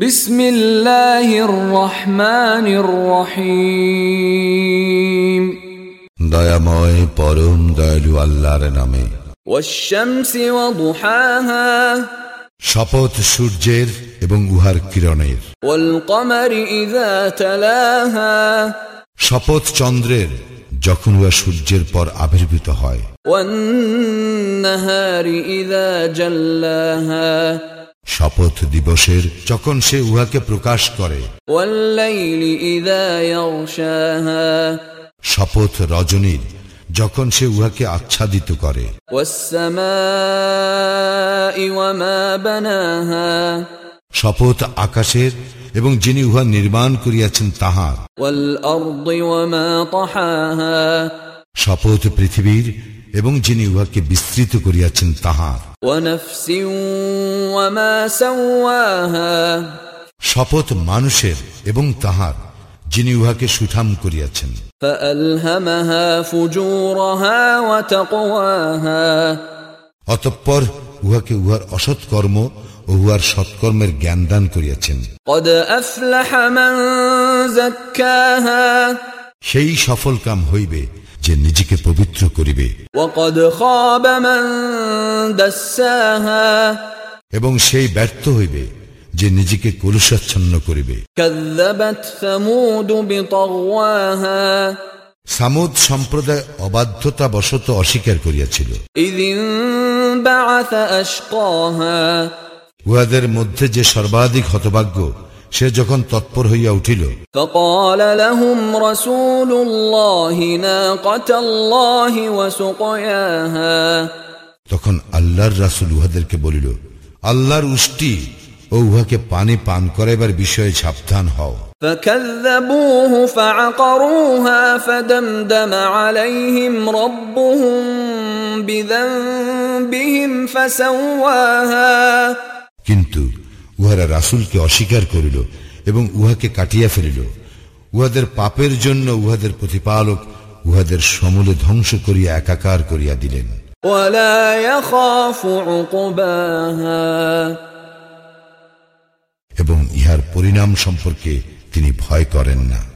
بسم الله الرحمن الرحيم দয়াময় পরম দয়ালু আল্লাহর নামে والشمس وضحاها শপথ সূর্যের এবং উহার কিরণের والقمر إذا تلاها শপথ চন্দ্রের যখন উহা সূর্যের পর আবির্ভূত হয় والنهار إذا جلاها শপথ দিবসের যখন সে উহাকে প্রকাশ করে والليل إذا يغشاها শপথ রজনীর যখন সে উহাকে আচ্ছাদিত করে والسماء وما بناها শপথ আকাশের এবং যিনি উহা নির্মাণ করিয়াছেন তাহার والأرض وما طحاها শপথ পৃথিবীর এবং যিনি উহাকে বিস্তৃত করিয়াছেন তাহার ونفس وما سواها শপথ মানুষের এবং তাহার যিনি উহাকে সুঠাম করিয়াছেন فألهمها فجورها وتقواها অতঃপর উহাকে উহার অসৎকর্ম ও উহার সৎকর্মের জ্ঞান দান করিয়াছেন قد أفلح من زكاها সেই সফল কাম হইবে যে নিজেকে পবিত্র করিবে وقد خاب من دساها এবং সেই ব্যর্থ হইবে যে নিজেকে কলুষাচ্ছন্ন করিবে كذبت ثمود بطغواها সামুদ সম্প্রদায় অবাধ্যতা বশত অস্বীকার করিয়াছিল إذ انبعث أشقاها উহাদের মধ্যে যে সর্বাধিক হতভাগ্য সে যখন তৎপর হইয়া উঠিল فقال لهم رسول الله ناقة الله وسقياها তখন আল্লাহর রাসুল উহাদেরকে বলিল আল্লাহর উষ্টি ও উহাকে পানি পান করাইবার বিষয়ে সাবধান হও فكذبوه فعقروها فدمدم عليهم ربهم بذنبهم فسواها কিন্তু উহারা রাসূলকে অস্বীকার করিল এবং উহাকে কাটিয়া ফেলিল উহাদের পাপের জন্য উহাদের প্রতিপালক উহাদের সমূলে ধ্বংস করিয়া একাকার করিয়া দিলেন ولا يخاف عقباها এবং ইহার পরিণাম সম্পর্কে তিনি ভয় করেন না